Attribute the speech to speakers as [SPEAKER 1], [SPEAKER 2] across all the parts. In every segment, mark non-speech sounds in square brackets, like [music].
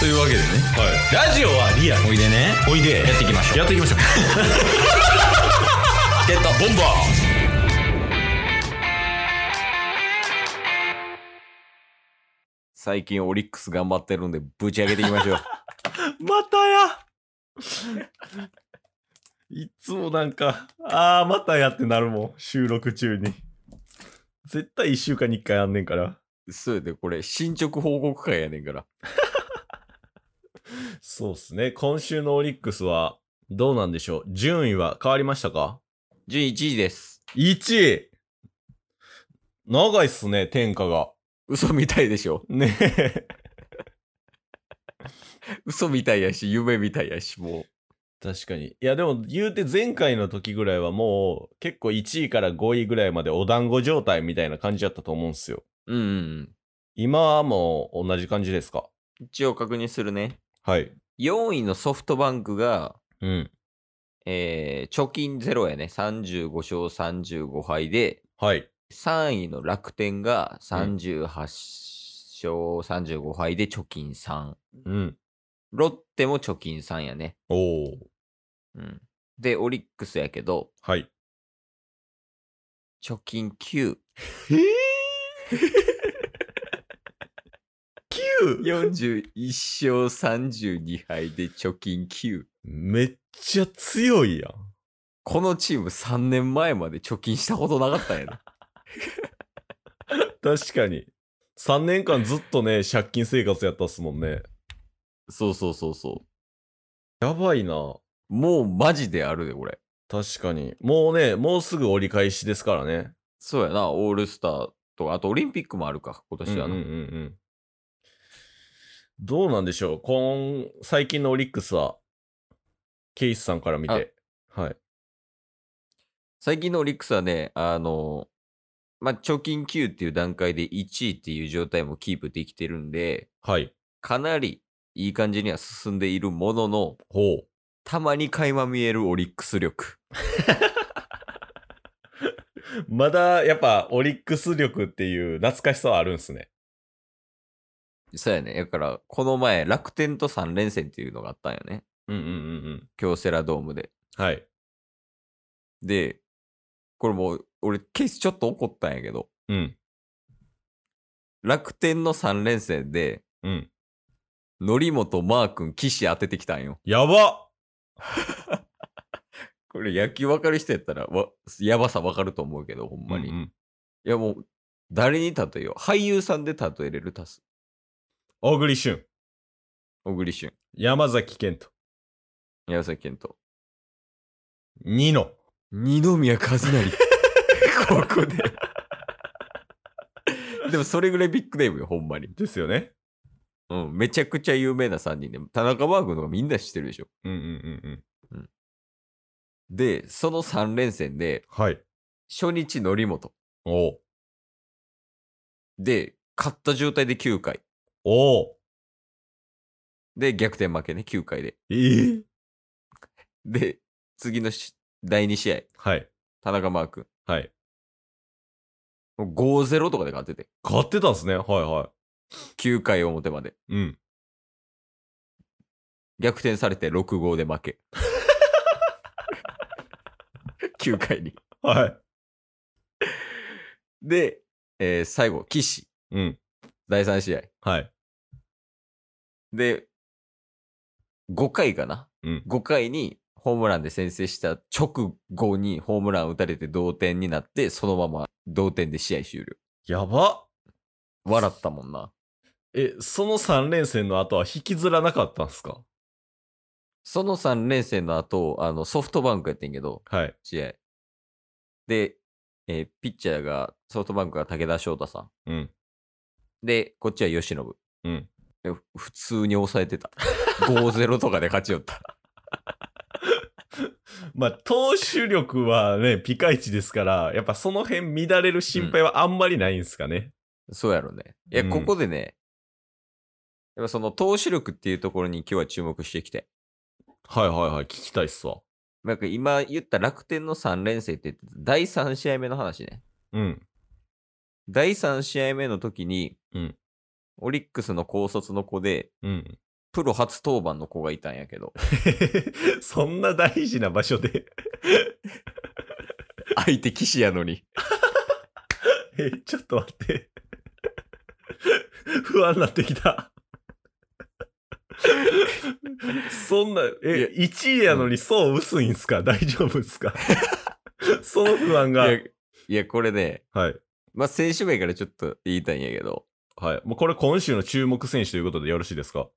[SPEAKER 1] というわけでね、ラジオはリアおいでね
[SPEAKER 2] おいで
[SPEAKER 1] やっていきましょう
[SPEAKER 2] やっていきましょう
[SPEAKER 1] ゲットボンバー最近オリックス頑張ってるんでぶち上げていき [laughs] ましょう
[SPEAKER 2] またやいつもなんか、あー、またやってなるもん。収録中に。絶対一週間に一回やんねんから。
[SPEAKER 1] そうやでこれ進捗報告会やねんから
[SPEAKER 2] そうっすね。今週のオリックスは、どうなんでしょう順位は変わりましたか
[SPEAKER 1] 順位1位です
[SPEAKER 2] ?1 位長いっすね、天下が。
[SPEAKER 1] 嘘みたいでしょ
[SPEAKER 2] ねえ。
[SPEAKER 1] 嘘みたいやし夢みたいやしも
[SPEAKER 2] 確かに。いや、でも言うて前回の時ぐらいはもう、結構1位から5位ぐらいまでお団子状態みたいな感じだったと思うんすよ。
[SPEAKER 1] ううんうん
[SPEAKER 2] 今はもう同じ感じですか
[SPEAKER 1] 一応確認するね
[SPEAKER 2] はい。
[SPEAKER 1] 4位のソフトバンクが
[SPEAKER 2] うん。
[SPEAKER 1] えー、貯金ゼロやね35勝35敗で
[SPEAKER 2] はい。
[SPEAKER 1] 3位の楽天が38勝35敗で貯金3。
[SPEAKER 2] うん。
[SPEAKER 1] ロッテも貯金3やね。
[SPEAKER 2] おお。
[SPEAKER 1] うん。で、オリックスやけど、
[SPEAKER 2] はい。
[SPEAKER 1] 貯金9。
[SPEAKER 2] えー、
[SPEAKER 1] 41勝32敗で貯金9。
[SPEAKER 2] めっちゃ強いやん。
[SPEAKER 1] このチーム3年前まで貯金したことなかったんやな。
[SPEAKER 2] 確かに。3年間ずっとね、借金生活やったっすもんね。
[SPEAKER 1] そうそうそうそう。
[SPEAKER 2] やばいな。
[SPEAKER 1] もうマジであるで、これ。
[SPEAKER 2] 確かに。もうね、もうすぐ折り返しですからね。
[SPEAKER 1] そうやな、オールスターとか、あとオリンピックもあるか、今年はな。
[SPEAKER 2] うんうんうんうんどうなんでしょう今最近のオリックスはケイスさんから見てはい
[SPEAKER 1] 最近のオリックスはね、あの、まあ、貯金9っていう段階で1位っていう状態もキープできてるんで、
[SPEAKER 2] はい
[SPEAKER 1] かなりいい感じには進んでいるものの、
[SPEAKER 2] ほう
[SPEAKER 1] たまに垣間見えるオリックス力。
[SPEAKER 2] まだやっぱオリックス力っていう懐かしさはあるんすね
[SPEAKER 1] そうやね。だから、この前、楽天と3連戦っていうのがあったんよね。
[SPEAKER 2] うんうんうん
[SPEAKER 1] 京セラドームで。
[SPEAKER 2] うんはい
[SPEAKER 1] で、これもう、俺、ケースちょっと怒ったんやけど、
[SPEAKER 2] うん
[SPEAKER 1] 楽天の3連戦で、
[SPEAKER 2] うん
[SPEAKER 1] 則本、マー君、岸当ててきたんよ。
[SPEAKER 2] やば
[SPEAKER 1] これ野球分かる人やったらわやばさ分かると思うけどほんまに、
[SPEAKER 2] うん
[SPEAKER 1] い
[SPEAKER 2] うん
[SPEAKER 1] やもう誰に例えよう俳優さんで例えれるタス
[SPEAKER 2] 小栗旬
[SPEAKER 1] 小栗旬
[SPEAKER 2] 山崎賢人
[SPEAKER 1] 山崎賢人
[SPEAKER 2] ニノ
[SPEAKER 1] 二宮和
[SPEAKER 2] [laughs]
[SPEAKER 1] 也ここででもそれぐらいビッグネームよほんまに、
[SPEAKER 2] ですよね
[SPEAKER 1] うん、めちゃくちゃ有名な3人で田中マー君とかみんな知ってるでしょ
[SPEAKER 2] うんうんうんうん
[SPEAKER 1] でその3連戦で
[SPEAKER 2] はい
[SPEAKER 1] 初日則本
[SPEAKER 2] おう
[SPEAKER 1] で勝った状態で9回
[SPEAKER 2] おう
[SPEAKER 1] で逆転負けね9回で
[SPEAKER 2] えー、
[SPEAKER 1] で次のし第2試合
[SPEAKER 2] はい
[SPEAKER 1] 田中マー君
[SPEAKER 2] はい
[SPEAKER 1] もう5-0とかで勝ってて。
[SPEAKER 2] 勝ってたんすねはいは
[SPEAKER 1] 9回表まで。
[SPEAKER 2] いうん
[SPEAKER 1] 逆転されて6-5で負け。9回に。
[SPEAKER 2] はい
[SPEAKER 1] で、えー最後、岸。
[SPEAKER 2] うん
[SPEAKER 1] 第3試合。
[SPEAKER 2] はい
[SPEAKER 1] で、5回かな
[SPEAKER 2] うん
[SPEAKER 1] 5回にホームランで先制した直後にホームラン打たれて同点になって、そのまま同点で試合終了。
[SPEAKER 2] やば
[SPEAKER 1] 笑ったもんな。
[SPEAKER 2] え、その3連戦の後は引きずらなかったんすか
[SPEAKER 1] その3連戦の後、あの、ソフトバンクやってんけど、
[SPEAKER 2] はい。
[SPEAKER 1] 試合。で、えーピッチャーが、ソフトバンクが武田翔太さ
[SPEAKER 2] うん。
[SPEAKER 1] ん。で、こっちは由伸。
[SPEAKER 2] うん
[SPEAKER 1] え。普通に抑えてた。5-0とかで勝ちよった。 [laughs]
[SPEAKER 2] まあ、投手力はね、ピカイチですから、やっぱその辺乱れる心配はあんまりないんすかね。
[SPEAKER 1] そうやろね。いや、
[SPEAKER 2] うん
[SPEAKER 1] ここでね、やっぱその投手力っていうところに今日は注目していきたい。
[SPEAKER 2] はいはいはい、聞きたいっすわ。
[SPEAKER 1] なんか今言った楽天の3連戦って言ってた第3試合目の話ね。
[SPEAKER 2] うん。
[SPEAKER 1] 第3試合目の時に、
[SPEAKER 2] うん
[SPEAKER 1] オリックスの高卒の子で、
[SPEAKER 2] うん。 [laughs]
[SPEAKER 1] プロ初登板の子がいたんやけど、
[SPEAKER 2] そんな大事な場所で
[SPEAKER 1] [laughs] 相手騎士やのに。
[SPEAKER 2] え、ちょっと待って。 [laughs] 不安になってきた。そんな、え、1位やのにそう薄いんすか、大丈夫っすか [laughs] その不安
[SPEAKER 1] い
[SPEAKER 2] が。
[SPEAKER 1] や、
[SPEAKER 2] はい
[SPEAKER 1] やこれね、
[SPEAKER 2] い。
[SPEAKER 1] まあ、選手名からちょっと言いたいんやけど、
[SPEAKER 2] はい。もうこれ今週の注目選手ということでよろしいですか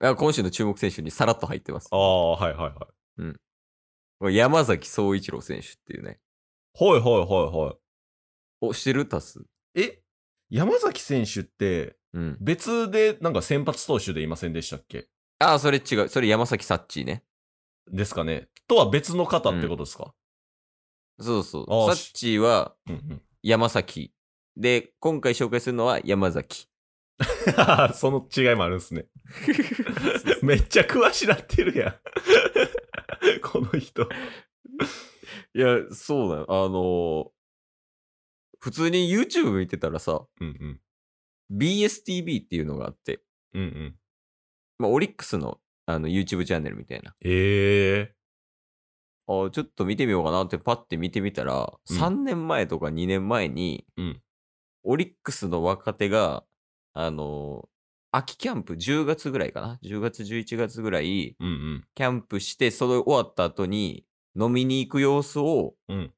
[SPEAKER 1] あ今週の注目選手にさらっと入ってます
[SPEAKER 2] あ。あ、はいはいはい。
[SPEAKER 1] 山崎総一郎選手っていうね。
[SPEAKER 2] はいはいはいはい。
[SPEAKER 1] お、してるタス。
[SPEAKER 2] え山崎選手って
[SPEAKER 1] うん。
[SPEAKER 2] 別でなんか先発投手でいませんでしたっけ
[SPEAKER 1] ああ、それ違う。それ山崎サッチーね。
[SPEAKER 2] ですかねとは別の方ってことですか、
[SPEAKER 1] そうそう
[SPEAKER 2] あ。ー
[SPEAKER 1] サッチーは
[SPEAKER 2] うん、うん [laughs]
[SPEAKER 1] 山崎。で、今回紹介するのは山崎。
[SPEAKER 2] うんその違いもあるんですね。 [laughs] めっちゃ詳しなってるやん。 [laughs] この人。
[SPEAKER 1] [laughs] いや、そうだよ。あのー普通に YouTube 見てたらさ、
[SPEAKER 2] うんうん。
[SPEAKER 1] BSTV っていうのがあって、
[SPEAKER 2] うんうん。
[SPEAKER 1] まあ、オリックスのあの YouTube チャンネルみたいな。
[SPEAKER 2] ええ
[SPEAKER 1] あーちょっと見てみようかなってパッて見てみたら、
[SPEAKER 2] うん
[SPEAKER 1] 3年前とか2年前に、
[SPEAKER 2] うん
[SPEAKER 1] オリックスの若手が、あのー秋キャンプ10月ぐらいかな10月11月ぐらい
[SPEAKER 2] うんうん。
[SPEAKER 1] キャンプしてそれ終わった後に飲みに行く様子を
[SPEAKER 2] うん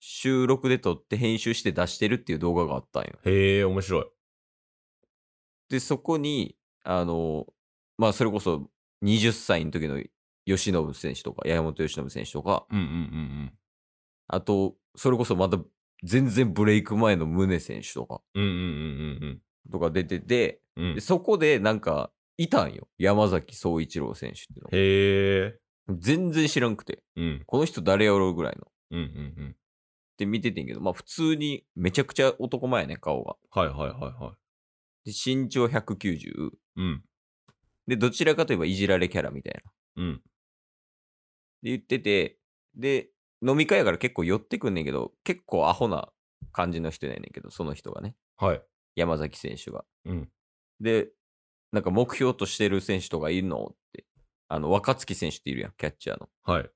[SPEAKER 1] 収録で撮って編集して出してるっていう動画があったんよ
[SPEAKER 2] へえ、面白い。
[SPEAKER 1] で、そこに、あの、まあ、それこそ20歳の時の吉信選手とか、山本由伸選手とか、
[SPEAKER 2] うんうんうん
[SPEAKER 1] あと、それこそまた全然ブレイク前の宗選手とか、
[SPEAKER 2] うん。うんうんうんうん
[SPEAKER 1] とか出てて、
[SPEAKER 2] うん。うん
[SPEAKER 1] で、そこでなんか、いたんよ。山崎総一郎選手っていうのが。
[SPEAKER 2] へえ。
[SPEAKER 1] 全然知らんくて、
[SPEAKER 2] うん
[SPEAKER 1] この人誰やろうぐらいの。っ
[SPEAKER 2] うんうんうん。
[SPEAKER 1] て見ててんけど、まあ普通にめちゃくちゃ男前やね、顔が。
[SPEAKER 2] はいはいはいは
[SPEAKER 1] で、身長190。
[SPEAKER 2] い。うん
[SPEAKER 1] で、どちらかといえばいじられキャラみたいな。
[SPEAKER 2] うん。
[SPEAKER 1] で言ってて、で、飲み会やから結構寄ってくんねんけど、結構アホな感じの人やねんけど、その人がね、
[SPEAKER 2] はい。
[SPEAKER 1] 山崎選手が。
[SPEAKER 2] うん
[SPEAKER 1] で、なんか目標としてる選手とかいるのって、あの、若月選手っているやん、キャッチャーの。っ
[SPEAKER 2] はい。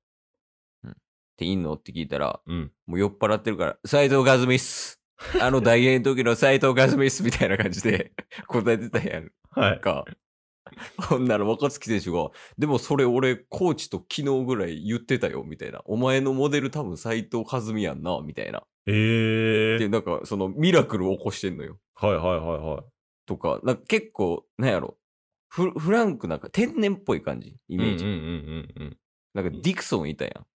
[SPEAKER 1] ていんのって聞いたら、
[SPEAKER 2] うん。
[SPEAKER 1] もう酔っ払ってるから、斎藤和美っす。あの大変の時の斎藤和美っすみたいな感じで答えてたやん
[SPEAKER 2] は
[SPEAKER 1] なん。か。ほんなら若月選手が、でもそれ俺、コーチと昨日ぐらい言ってたよ、みたいな。お前のモデル多分斎藤和美やんな、みたいな。
[SPEAKER 2] え
[SPEAKER 1] で、
[SPEAKER 2] え。
[SPEAKER 1] なんか、そのミラクルを起こしてんのよ。
[SPEAKER 2] はいはいはいはい。
[SPEAKER 1] とか、なんか結構、なんやろ。フフランクなんか天然っぽい感じ、イ
[SPEAKER 2] イ
[SPEAKER 1] メージ。
[SPEAKER 2] うんうんうんうんうん。
[SPEAKER 1] なんかディクソンいたやん。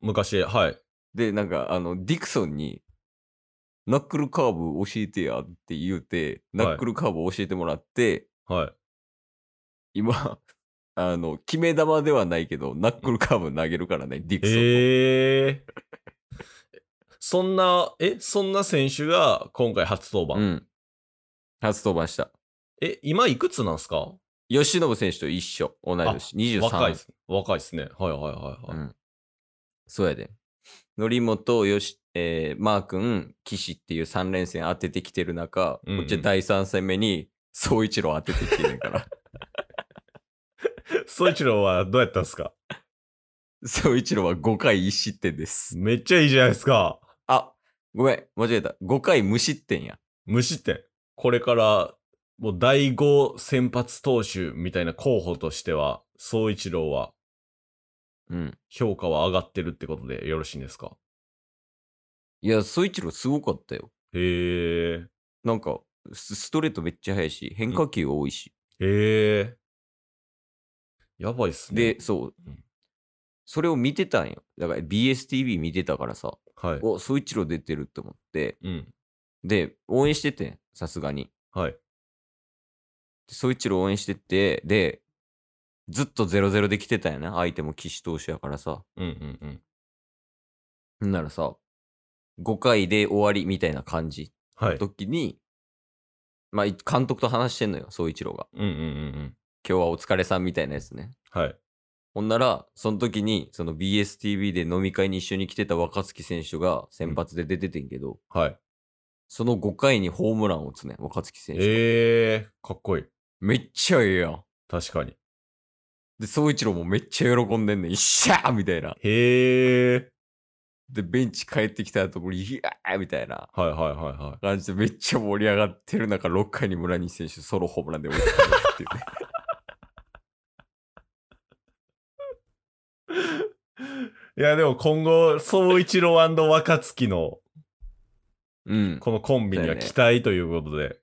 [SPEAKER 2] 昔、はい。
[SPEAKER 1] で、なんかあの、ディクソンに、ナックルカーブ教えてやって言うて、ナックルカーブ教えてもらって、
[SPEAKER 2] はい。
[SPEAKER 1] 今、 [laughs] あの、決め球ではないけど、ナックルカーブ投げるからね、ディクソンの。
[SPEAKER 2] ええ。そんな、え、そんな選手が今回初登
[SPEAKER 1] う
[SPEAKER 2] 板。
[SPEAKER 1] ん。初登板した。
[SPEAKER 2] え、今いくつなんすか
[SPEAKER 1] 吉信選手と一緒。同い年。23。
[SPEAKER 2] 若いっす。若いっすね。はいはいはいは
[SPEAKER 1] う
[SPEAKER 2] い。
[SPEAKER 1] ん。そうやで。則本、よし、えー、マー君、岸っていう3連戦当ててきてる中、
[SPEAKER 2] うんうん
[SPEAKER 1] こっちは第3戦目に、総一郎当ててきてる
[SPEAKER 2] [laughs]
[SPEAKER 1] から。
[SPEAKER 2] 総一郎はどうやったんすか
[SPEAKER 1] 総一郎は5回1失点です。
[SPEAKER 2] めっちゃいいじゃないですか。
[SPEAKER 1] あ、ごめん、間違えた。5回無失点や。
[SPEAKER 2] 無失点。これから、もう第5先発投手みたいな候補としては、総一郎は
[SPEAKER 1] うん。
[SPEAKER 2] 評価は上がってるってことでよろしいんですか
[SPEAKER 1] いや、総一郎すごかったよ。
[SPEAKER 2] へえ。
[SPEAKER 1] なんか、スストレートめっちゃ速いし、変化球多いし。
[SPEAKER 2] へえ。やばいっすね。
[SPEAKER 1] で、、そう
[SPEAKER 2] うん。
[SPEAKER 1] それを見てたんよ。だから BSTV 見てたからさ、
[SPEAKER 2] はい。
[SPEAKER 1] お、総一郎出てるって思って、
[SPEAKER 2] うん。
[SPEAKER 1] で、応援しててん、さすがに。
[SPEAKER 2] はい。
[SPEAKER 1] で総一郎応援してて、で、ずっと0-0で来てたんやな。相手も岸投手やからさ。
[SPEAKER 2] うんうんうん。
[SPEAKER 1] ほんならさ、5回で終わりみたいな感じ。
[SPEAKER 2] はい。
[SPEAKER 1] 時に、まあ、い監督と話してんのよ、総一郎が。
[SPEAKER 2] うんうんうん
[SPEAKER 1] 今日はお疲れさんみたいなやつね。
[SPEAKER 2] うん。はい。
[SPEAKER 1] ほんなら、その時に、その BSTV で飲み会に一緒に来てた若月選手が先発で出ててんけど、
[SPEAKER 2] はい。
[SPEAKER 1] その5回にホームランを打つねん、若月選手。
[SPEAKER 2] ええー、かっこいい。
[SPEAKER 1] めっちゃええやん。
[SPEAKER 2] 確かに。
[SPEAKER 1] で、総一郎もめっちゃ喜んでんねん。いっしゃーみたいな。
[SPEAKER 2] へえ。
[SPEAKER 1] で、ベンチ帰ってきた後、これ、いやーみたいな
[SPEAKER 2] はいはいはいは
[SPEAKER 1] 感じで、めっちゃ盛り上がってる中、6回に村西選手、ソロホームランで追いつかれるっていうね。
[SPEAKER 2] い。いや、でも今後、総一郎若月の
[SPEAKER 1] [laughs] うん。
[SPEAKER 2] このコンビには期待ということで。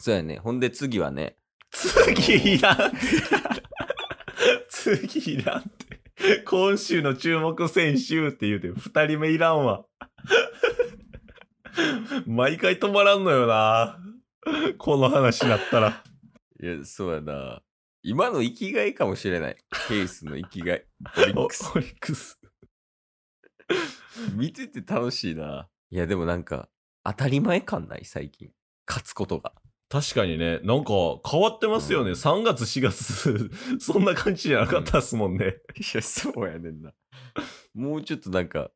[SPEAKER 1] そうやね。ほんで、次はね、
[SPEAKER 2] 次いらんって。次いらんって。今週の注目選手って言うて、二人目いらんわ。毎回止まらんのよな。この話になったら。
[SPEAKER 1] いや、そうやな。今の生きがいかもしれない。ケースの生きがい。オリ
[SPEAKER 2] おオ
[SPEAKER 1] ック [laughs] ス。
[SPEAKER 2] リックス。
[SPEAKER 1] 見てて楽しいな。いや、でもなんか、当たり前感ない、最近。勝つことが。
[SPEAKER 2] 確かにね、なんか変わってますよね。3月、4月、 [laughs] そんな感じじゃなかったっすもんね。
[SPEAKER 1] いや、そうやねんな。もうちょっとなんか、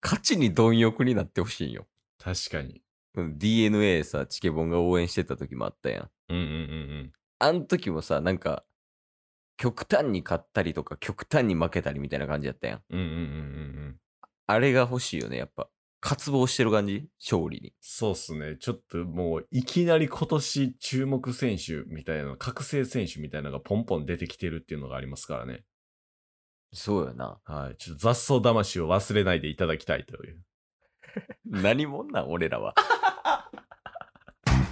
[SPEAKER 1] 勝ちに貪欲になってほしいんよ。
[SPEAKER 2] 確かに。
[SPEAKER 1] DNA さ、チケボンが応援してた時もあったやん。
[SPEAKER 2] うんうんうん
[SPEAKER 1] あん時もさ、なんか、極端に勝ったりとか、極端に負けたりみたいな感じやったやん。
[SPEAKER 2] うん。うんうんうんうん。
[SPEAKER 1] あれが欲しいよね、やっぱ。渇望してる感じ勝利に。
[SPEAKER 2] そうっすね。ちょっともう、いきなり今年注目選手みたいな、覚醒選手みたいなのがポンポン出てきてるっていうのがありますからね。
[SPEAKER 1] そうよな。
[SPEAKER 2] はい。ちょっと雑草魂を忘れないでいただきたいという。
[SPEAKER 1] [laughs] 何もんなん、俺らは。 [laughs]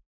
[SPEAKER 3] す